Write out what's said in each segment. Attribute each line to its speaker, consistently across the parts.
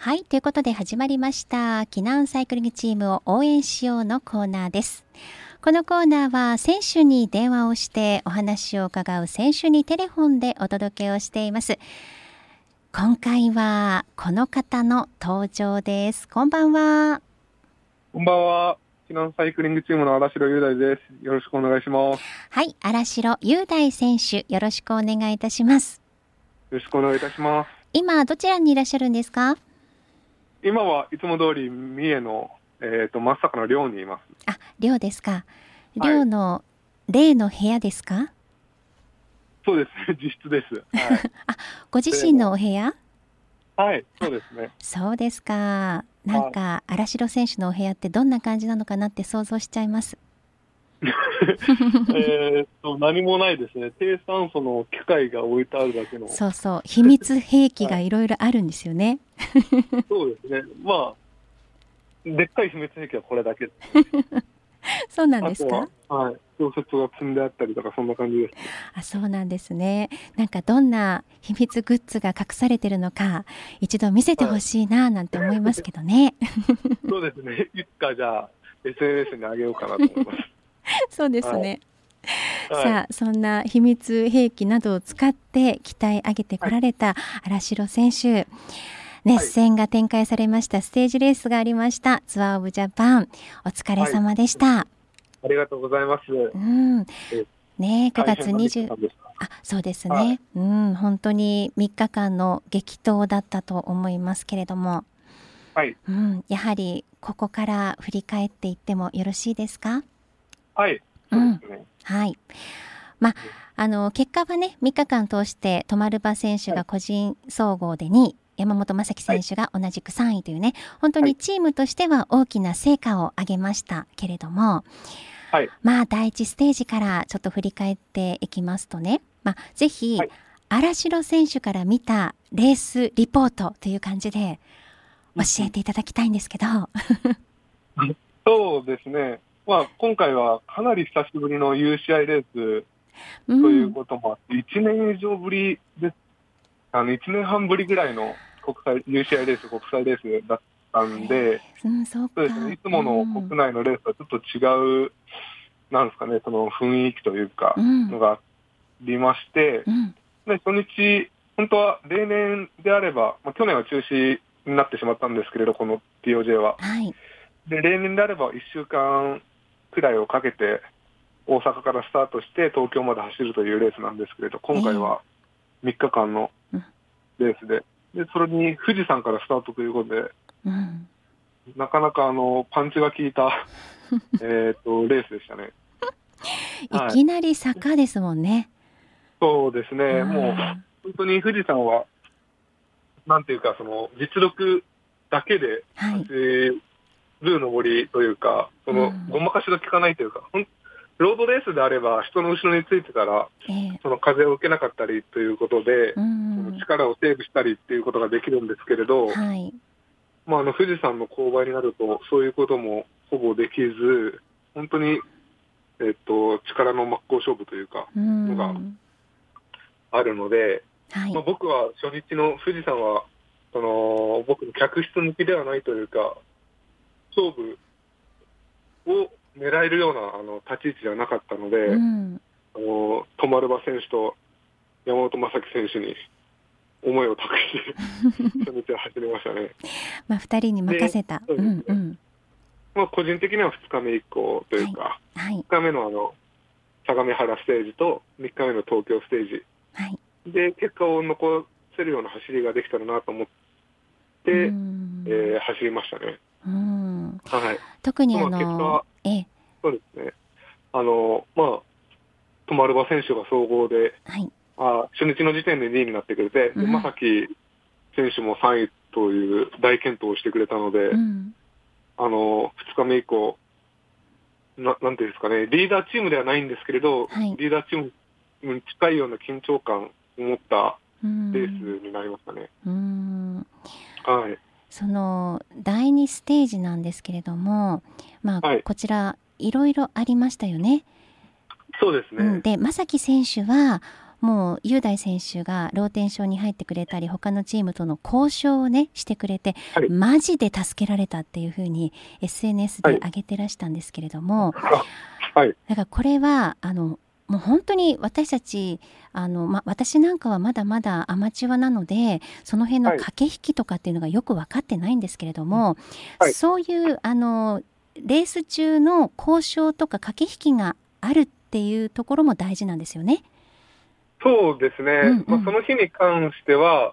Speaker 1: はい、ということで始まりました。避難サイクリングチームを応援しようのコーナーです。このコーナーは選手に電話をしてお話を伺う選手にテレフォンでお届けをしています。今回はこの方の登場です。こんばんは。
Speaker 2: こんばんは。避難サイクリングチームの荒城雄大です。よろしくお願いします。
Speaker 1: はい、荒城雄大選手、よろしくお願いいたします。
Speaker 2: よろしくお願いいたします。
Speaker 1: 今どちらにいらっしゃるんですか。
Speaker 2: 今はいつも通り三重のえっ、ー、とまさかの寮にいます。
Speaker 1: あ、寮ですか。寮の、例の部屋ですか。
Speaker 2: そうですね、自 室です。はい、
Speaker 1: あ、ご自身のお部屋。
Speaker 2: はい、そうです ね。
Speaker 1: そうですか。なんか、荒城選手のお部屋ってどんな感じなのかなって想像しちゃいます。
Speaker 2: えっと何もないですね、低酸素の機械が置いてあるだけの
Speaker 1: そうそう、秘密兵 器がいろいろあるんですよね。
Speaker 2: はい、そうですね、まあ、でっかい秘密兵器はこれだけ
Speaker 1: そうなんですか
Speaker 2: はい。小説が積んであったりとか、そんな感 じです。
Speaker 1: あ、そうなんですね。なんかどんな秘密グッズが隠されてるのか、一度見せてほしいな、なんて思いますけどね。
Speaker 2: そうですね。いつかじゃあ、SNS にあげようかなと思います。、
Speaker 1: そうですね。はい、さあ、そんな秘密兵器などを使って鍛え上げてこられた荒城選手。はい熱戦が展開されました、ステージレースがありましたツアーオブジャパンお疲れ様でした、はい、
Speaker 2: ありがとうございます、うん
Speaker 1: ね9月20あそうですね、はい、うん本当に3日間の激闘だったと思いますけれども
Speaker 2: はい、
Speaker 1: うん、やはりここから振り返っていってもよろしいですか
Speaker 2: はい、
Speaker 1: うん、ね、はいまあ、あの結果はね3日間通して泊馬選手が個人総合で2位、はい山本雅樹選手が同じく3位というね、本当にチームとしては大きな成果を上げましたけれども、
Speaker 2: はい、
Speaker 1: まあ第1ステージからちょっと振り返っていきますとね、まあ、ぜひ、荒城選手から見たレースリポートという感じで教えていただきたいんですけど。
Speaker 2: そうですね、まあ、今回はかなり久しぶりの UCI レースということもあって、うん、1年以上ぶりですあの1年半ぶりぐらいの国際 UCI レース、国際レースだったんで、
Speaker 1: うん、そう
Speaker 2: ですね、いつもの国内のレースとはちょっと違う、うん、なんですかね、その雰囲気というか、のがありまして、うん、で初日、本当は例年であれば、まあ、去年は中止になってしまったんですけれど、この TOJ は。
Speaker 1: はい、
Speaker 2: で例年であれば1週間くらいをかけて、大阪からスタートして東京まで走るというレースなんですけれど、今回は3日間のレースで。でそれに富士山からスタートということで、
Speaker 1: うん、
Speaker 2: なかなかあのパンチが効いたえとレースでしたね。
Speaker 1: いきなり坂ですもんね。
Speaker 2: そうですね、もう本当に富士山は、なんていうか、その実力だけで走る上りというか、はい、そのごまかしが効かないというか、うん、ロードレースであれば、人の後ろについてたら、えー、その風を受けなかったりということで、うん、その力をセーブしたりっていうことができるんですけれど、
Speaker 1: はい、
Speaker 2: まあ、あの富士山の勾配になると、そういうこともほぼできず、本当に、えっと、力の真っ向勝負というか、うん、のがあるので、
Speaker 1: はい、
Speaker 2: まあ、僕は初日の富士山は、その僕の客室向きではないというか、勝負を狙えるようなあの立ち位置ではなかったので、うん、あの泊馬選手と山本正樹選手に思いを託して、初日は走りましたね。
Speaker 1: まあ、2人に任せた。
Speaker 2: まあ、個人的には2日目以降というか、
Speaker 1: はいはい、
Speaker 2: 2日目のあの相模原ステージと3日目の東京ステージ、
Speaker 1: はい、
Speaker 2: で結果を残せるような走りができたらなと思って、うん、えー、走りましたね。
Speaker 1: うん
Speaker 2: はい、
Speaker 1: 特にあの、
Speaker 2: ええ、そうですね、あのまあ、トマルバ選手が総合で、
Speaker 1: はい、
Speaker 2: あ初日の時点で2位になってくれて、うん、正樹選手も3位という大健闘をしてくれたので、うん、あの2日目以降な、なんていうんですかね、リーダーチームではないんですけれど、
Speaker 1: はい、
Speaker 2: リーダーチームに近いような緊張感を持ったレースになりましたね。
Speaker 1: うん、
Speaker 2: はい
Speaker 1: その第2ステージなんですけれども、まあ、はい、こちらいろいろありましたよね。
Speaker 2: そうですね、
Speaker 1: で正樹選手はもう雄大選手がローテンションに入ってくれたり他のチームとの交渉をねしてくれて、
Speaker 2: はい
Speaker 1: マジで助けられたっていうふうに SNS で上げてらしたんですけれども、
Speaker 2: はい、
Speaker 1: だからこれはあのもう本当に私たちあの、ま、私なんかはまだまだアマチュアなのでその辺の
Speaker 2: はい
Speaker 1: 駆け引きとかっていうのがよく分かってないんですけれども、
Speaker 2: はい
Speaker 1: そういうあのレース中の交渉とか駆け引きがあるっていうところも大事なんですよね。
Speaker 2: そうです
Speaker 1: う
Speaker 2: ね、
Speaker 1: んうん
Speaker 2: まあ、その日に関しては、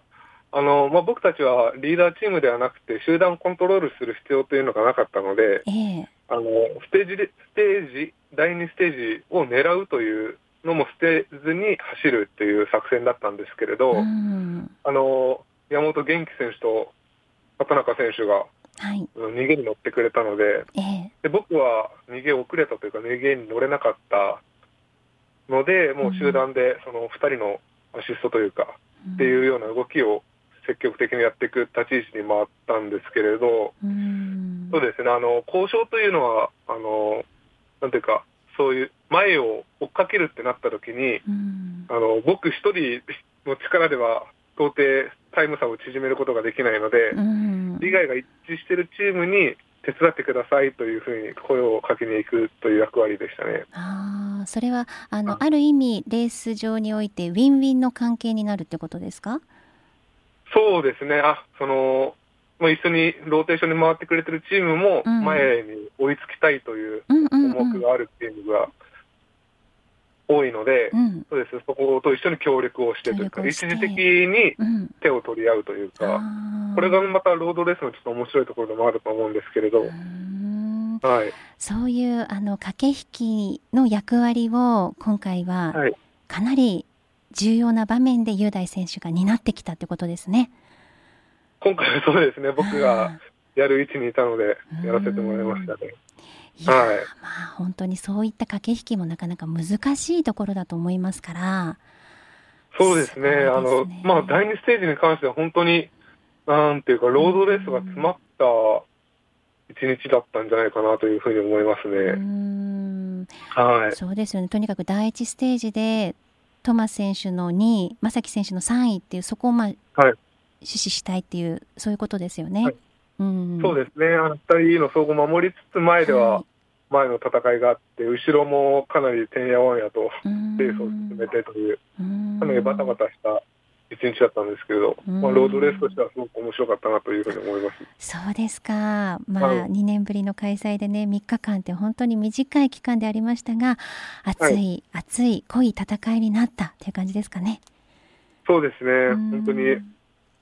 Speaker 2: あのまあ、僕たちはリーダーチームではなくて、集団をコントロールする必要というのがなかったので、
Speaker 1: ええ
Speaker 2: あのステージでステージ、第2ステージを狙うというのも捨てずに走るっていう作戦だったんですけれど、
Speaker 1: うん
Speaker 2: あの山本元気選手と畑中選手が
Speaker 1: はい
Speaker 2: うん逃げに乗ってくれたので
Speaker 1: ええ
Speaker 2: で、僕は逃げ遅れたというか、逃げに乗れなかったので、もう集団でその2人のアシストというか、っていうような動きを積極的にやっていく立ち位置に回ったんですけれど、
Speaker 1: うん
Speaker 2: そうですね、あの交渉というのは、あのなんていうか、そういう前を追っかけるってなった時に、
Speaker 1: うん
Speaker 2: あの僕一人の力では到底タイム差を縮めることができないので
Speaker 1: う、ん
Speaker 2: 利害が一致しているチームに手伝ってくださいというふうに声をかけに行くという役割でしたね。
Speaker 1: ああそれはあの、
Speaker 2: うん
Speaker 1: ある意味レース上においてウィンウィンの関係になるってことですか
Speaker 2: そうですね、あそのもう一緒にローテーションに回ってくれてるチームも
Speaker 1: うん
Speaker 2: 前に追いつきたいという
Speaker 1: うんうん
Speaker 2: 思惑があるっていうのが多いので、
Speaker 1: うん
Speaker 2: そうですねそこと一緒に協力をしてとい
Speaker 1: 協
Speaker 2: うか、
Speaker 1: 力を
Speaker 2: 一
Speaker 1: して
Speaker 2: 時的に
Speaker 1: うん
Speaker 2: 手を取り合うというか、
Speaker 1: あー
Speaker 2: これがまたロードレースのちょっと面白いところでもあると思うんですけれど
Speaker 1: うー、ん
Speaker 2: はい、
Speaker 1: そういうあの駆け引きの役割を今回は
Speaker 2: はい
Speaker 1: かなり重要な場面で雄大選手が担ってきたってことですね。
Speaker 2: 今回はそうですね、僕がやる位置にいたので
Speaker 1: う、ん
Speaker 2: やらせてもらいましたね。
Speaker 1: いやー、
Speaker 2: は
Speaker 1: ま
Speaker 2: い
Speaker 1: あ本当にそういった駆け引きもなかなか難しいところだと思いますから。
Speaker 2: そうですね、あ
Speaker 1: そ
Speaker 2: の
Speaker 1: うですね
Speaker 2: まあ、第2ステージに関しては、本当に、なんていうか、ロードレースが詰まった一日だったんじゃないかなというふうに思います
Speaker 1: うー
Speaker 2: ね。
Speaker 1: ん
Speaker 2: はい、
Speaker 1: そうですよね。とにかく第一ステージでトマス選手の2位、正樹選手の3位っていうそこをまあ、
Speaker 2: はい
Speaker 1: 死守したいっていうそういうことですよね。
Speaker 2: はい
Speaker 1: うん、
Speaker 2: そうですね、あの2人の総合を守りつつ、前では
Speaker 1: は
Speaker 2: 前の戦いがあって、後ろもかなりてんやわんやと
Speaker 1: い
Speaker 2: レースを進めてという、
Speaker 1: うん
Speaker 2: かなりバタバタした一日だったんですけれど、
Speaker 1: うん
Speaker 2: まあ、ロードレースとしてはすごく面白かったなというふうに思います。
Speaker 1: そうですか、まあ
Speaker 2: はい
Speaker 1: 2年ぶりの開催でね3日間って本当に短い期間でありましたが熱い、熱い濃い戦いになったっていう感じですかね。
Speaker 2: そうですね、
Speaker 1: うん
Speaker 2: 本当に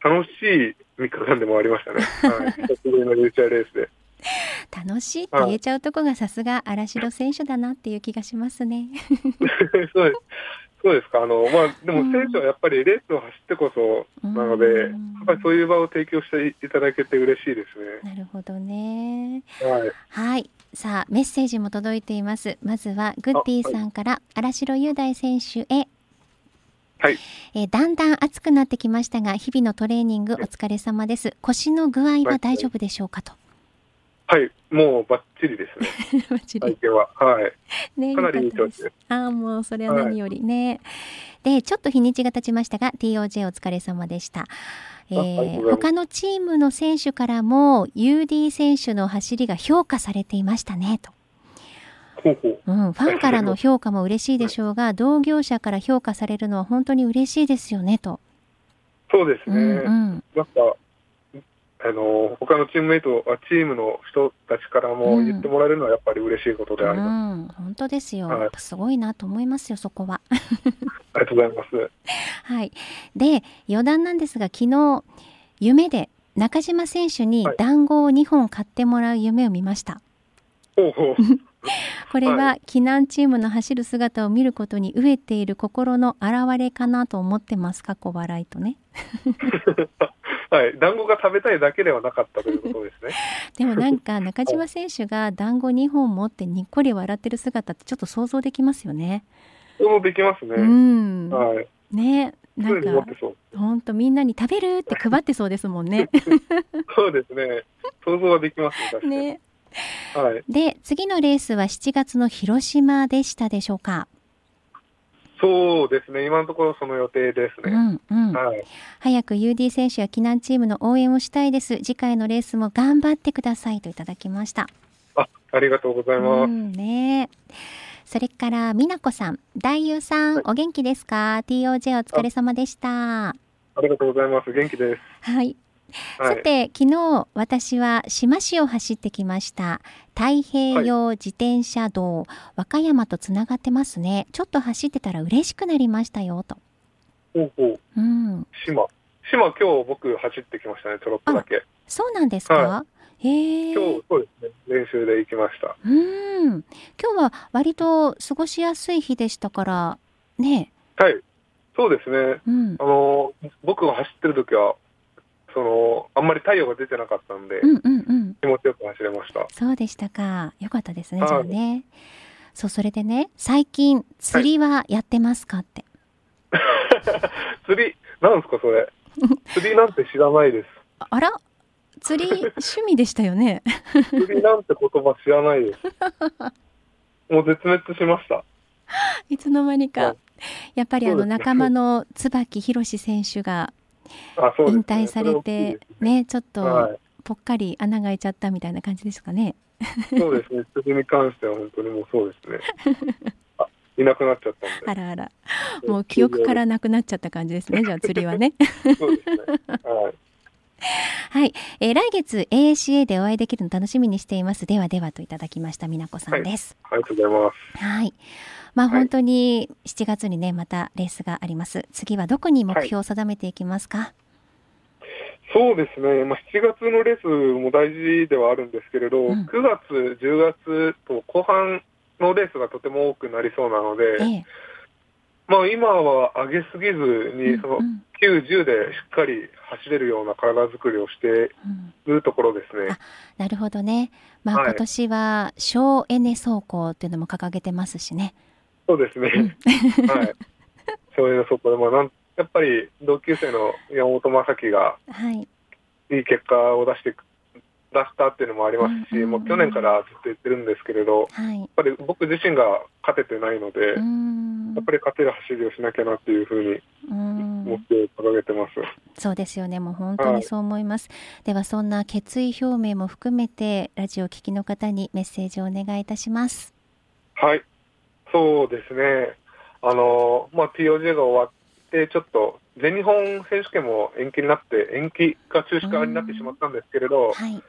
Speaker 2: 楽しい3日間でもありました ね、はい、久しぶりのユーチャーレースで。
Speaker 1: 楽しいって言えちゃうとこがさすが荒城選手だなっていう気がしますね。
Speaker 2: そうですそうですか、あのまあ、で
Speaker 1: うん
Speaker 2: も選手はやっぱりレースを走ってこそなので、や
Speaker 1: うん
Speaker 2: っぱりそういう場を提供していただけて嬉しいです
Speaker 1: なるほどね。
Speaker 2: ね。はい、
Speaker 1: はい。さあ、メッセージも届いています。まずは、グッディさんから、荒城雄大選手へ。
Speaker 2: はい
Speaker 1: えーだんだん暑くなってきましたが、日々のトレーニングお疲れ様です。腰の具合は大丈夫でしょうかと。
Speaker 2: はい、もうばっちり ですね、
Speaker 1: バッチリ
Speaker 2: 体験は。はい、
Speaker 1: ね
Speaker 2: かなりいい
Speaker 1: よか
Speaker 2: 調
Speaker 1: った
Speaker 2: 子です。
Speaker 1: ああ、もうそれは何よりね。で、ちょっと日にちが経ちましたが、TOJ お疲れ様でした。え
Speaker 2: ありがとうござい
Speaker 1: ー、
Speaker 2: ます
Speaker 1: 他のチームの選手からも、UD 選手の走りが評価されていましたね、と。
Speaker 2: ほうほう
Speaker 1: うん、ファンからの評価も嬉しいでしょう が、同業者から評価されるのは本当に嬉しいですよねと。
Speaker 2: そうです
Speaker 1: う
Speaker 2: ね、
Speaker 1: んうん、
Speaker 2: なんか、あの他のチームメイト、あチームの人たちからも言ってもらえるのはやっぱり嬉しいことであります。
Speaker 1: うん、本当ですよ。
Speaker 2: はい
Speaker 1: やっぱすごいなと思いますよ、そこは。
Speaker 2: ありがとうございます。
Speaker 1: はい。で、余談なんですが、昨日、夢で中島選手に
Speaker 2: はい
Speaker 1: 団子を2本買ってもらう夢を見ました。
Speaker 2: ほうほ う。
Speaker 1: これ
Speaker 2: は
Speaker 1: は、避難チームの走る姿を見ることに飢えている心の表れかなと思ってます、過去笑いとね。
Speaker 2: はい、団子が食べたいだけではなかったということですね。
Speaker 1: でもなんか中島選手が団子2本持ってにっこり笑ってる姿ってちょっと想像できますよね。
Speaker 2: それもできますね。
Speaker 1: うん。
Speaker 2: はい。
Speaker 1: ね、な
Speaker 2: そうい
Speaker 1: ん
Speaker 2: うの持っ
Speaker 1: か
Speaker 2: てそう。
Speaker 1: 本当みんなに食べるって配ってそうですもん ね。
Speaker 2: そうですね。想像はできますね、確かに。
Speaker 1: ね。
Speaker 2: はい。
Speaker 1: で次のレースは7月の広島でしたでしょうか。
Speaker 2: そうですね、今のところその予定ですね。
Speaker 1: うんうん
Speaker 2: はい、
Speaker 1: 早く UD 選手や避難チームの応援をしたいです。次回のレースも頑張ってくださいといただきました。
Speaker 2: あありがとうございます。
Speaker 1: うんねえ。それから美奈子さん、大優さん、
Speaker 2: はい
Speaker 1: お元気ですか？TOJ お疲れ様でした。
Speaker 2: ありがとうございます。元気です。
Speaker 1: はい。
Speaker 2: は
Speaker 1: さ
Speaker 2: い、
Speaker 1: て昨日私は志摩市を走ってきました太平洋自転車道、和歌山とつながってますねちょっと走ってたら嬉しくなりましたよと、
Speaker 2: ほうほう、
Speaker 1: うん、
Speaker 2: 島。島、今日僕走ってきましたね、ちょろっとだけ。
Speaker 1: そうなんですか、
Speaker 2: は
Speaker 1: へえ
Speaker 2: 今日、そうですね、練習で行きました。
Speaker 1: うん今日は割と過ごしやすい日でしたからね
Speaker 2: はい、そうですね。
Speaker 1: うん
Speaker 2: あの、僕が走ってる時は、その、あんまり太陽が出てなかったんで、
Speaker 1: うんうんうん
Speaker 2: 気持ちよく走れました。
Speaker 1: そうでしたかよかったですね
Speaker 2: はい
Speaker 1: じゃあねそうそれでね最近釣りはやってますかって、
Speaker 2: 釣り、なんですか、それ。釣りなんて知らないです。
Speaker 1: ああら 釣り趣味でしたよね
Speaker 2: 釣りなんて言葉知らな いです。もう絶滅しました。
Speaker 1: いつの間に
Speaker 2: は
Speaker 1: か
Speaker 2: い。
Speaker 1: やっぱりあ
Speaker 2: そ
Speaker 1: の
Speaker 2: うですね
Speaker 1: 仲間の椿博志選手が
Speaker 2: あ、そうです、
Speaker 1: 引
Speaker 2: ね。
Speaker 1: 退されて
Speaker 2: それ大きいですね。
Speaker 1: ね、ちょっ
Speaker 2: は
Speaker 1: とぽっかり穴が開いちゃったみたいな感じですかね。
Speaker 2: い、そうですね。釣りに関しては本当にもうそうです ね。あいなくなっちゃったんで。
Speaker 1: あらあら、もう記憶からなくなっちゃった感じですね。じゃあ釣りは ね。
Speaker 2: そうですね。はい。
Speaker 1: はい、えー来月 AACA でお会いできるの楽しみにしています。ではではといただきました美奈子さんです。
Speaker 2: ありがとうございます。
Speaker 1: はい。まあ
Speaker 2: はい
Speaker 1: 本当に7月にねまたレースがあります。次はどこに目標を定めていきますか。
Speaker 2: そうですね。まあ、7月のレースも大事ではあるんですけれど、
Speaker 1: うん
Speaker 2: 9月、10月と後半のレースがとても多くなりそうなので、
Speaker 1: ええ
Speaker 2: まあ、今は上げすぎずに、その
Speaker 1: うんうん
Speaker 2: 9、10でしっかり走れるような体作りをして
Speaker 1: うん
Speaker 2: いるところですね
Speaker 1: あ。なるほどね。まあ、
Speaker 2: はい
Speaker 1: 今年は省エネ走行っていうのも掲げてますしね。
Speaker 2: そうですね。はい。そういうそこでもなん、やっぱり同級生の山本正樹が
Speaker 1: はい。
Speaker 2: いい結果を出してく、出したっていうのもありますし、
Speaker 1: うんうん
Speaker 2: もう去年からずっと言ってるんですけれど、
Speaker 1: はい。
Speaker 2: やっぱり僕自身が勝ててないので、
Speaker 1: うーん
Speaker 2: やっぱり勝てる走りをしなきゃなっていうふう
Speaker 1: うー
Speaker 2: に目
Speaker 1: ん
Speaker 2: 標を掲げてます。
Speaker 1: そうですよね。もう本当にそう思います。では、そんな決意表明も含めて、ラジオを聞きの方にメッセージをお願いいたします。
Speaker 2: はい。そうですね。あの、まあ、TOJ が終わって、ちょっと全日本選手権も延期になって、延期が中止化になってしまったんですけれど、
Speaker 1: はい。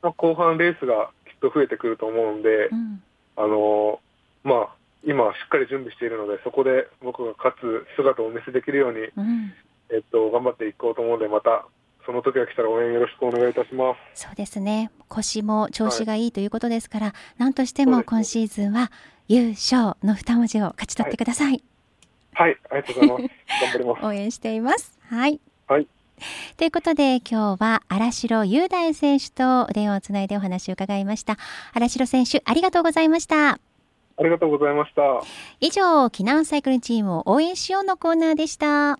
Speaker 2: まあ、後半レースがきっと増えてくると思うんで
Speaker 1: う、ん。
Speaker 2: あの、まあ、今しっかり準備しているので、そこで僕が勝つ姿をお見せできるように、
Speaker 1: うん。
Speaker 2: えっと、頑張っていこうと思うので、また、その時が来たら応援よろしくお願いいたします。
Speaker 1: そうですね。腰も調子がいいということですから、なんとして
Speaker 2: そう
Speaker 1: も
Speaker 2: ですね
Speaker 1: 今シーズンは優勝の二文字を勝ち取ってください。
Speaker 2: はい、ありがとうございます。頑張ります。
Speaker 1: 応援しています。はい。
Speaker 2: はい
Speaker 1: ということで今日は荒城雄大選手とお電話をつないでお話を伺いました荒城選手ありがとうございました
Speaker 2: ありがとうございました。
Speaker 1: 以上避難サイクルチームを応援しようのコーナーでした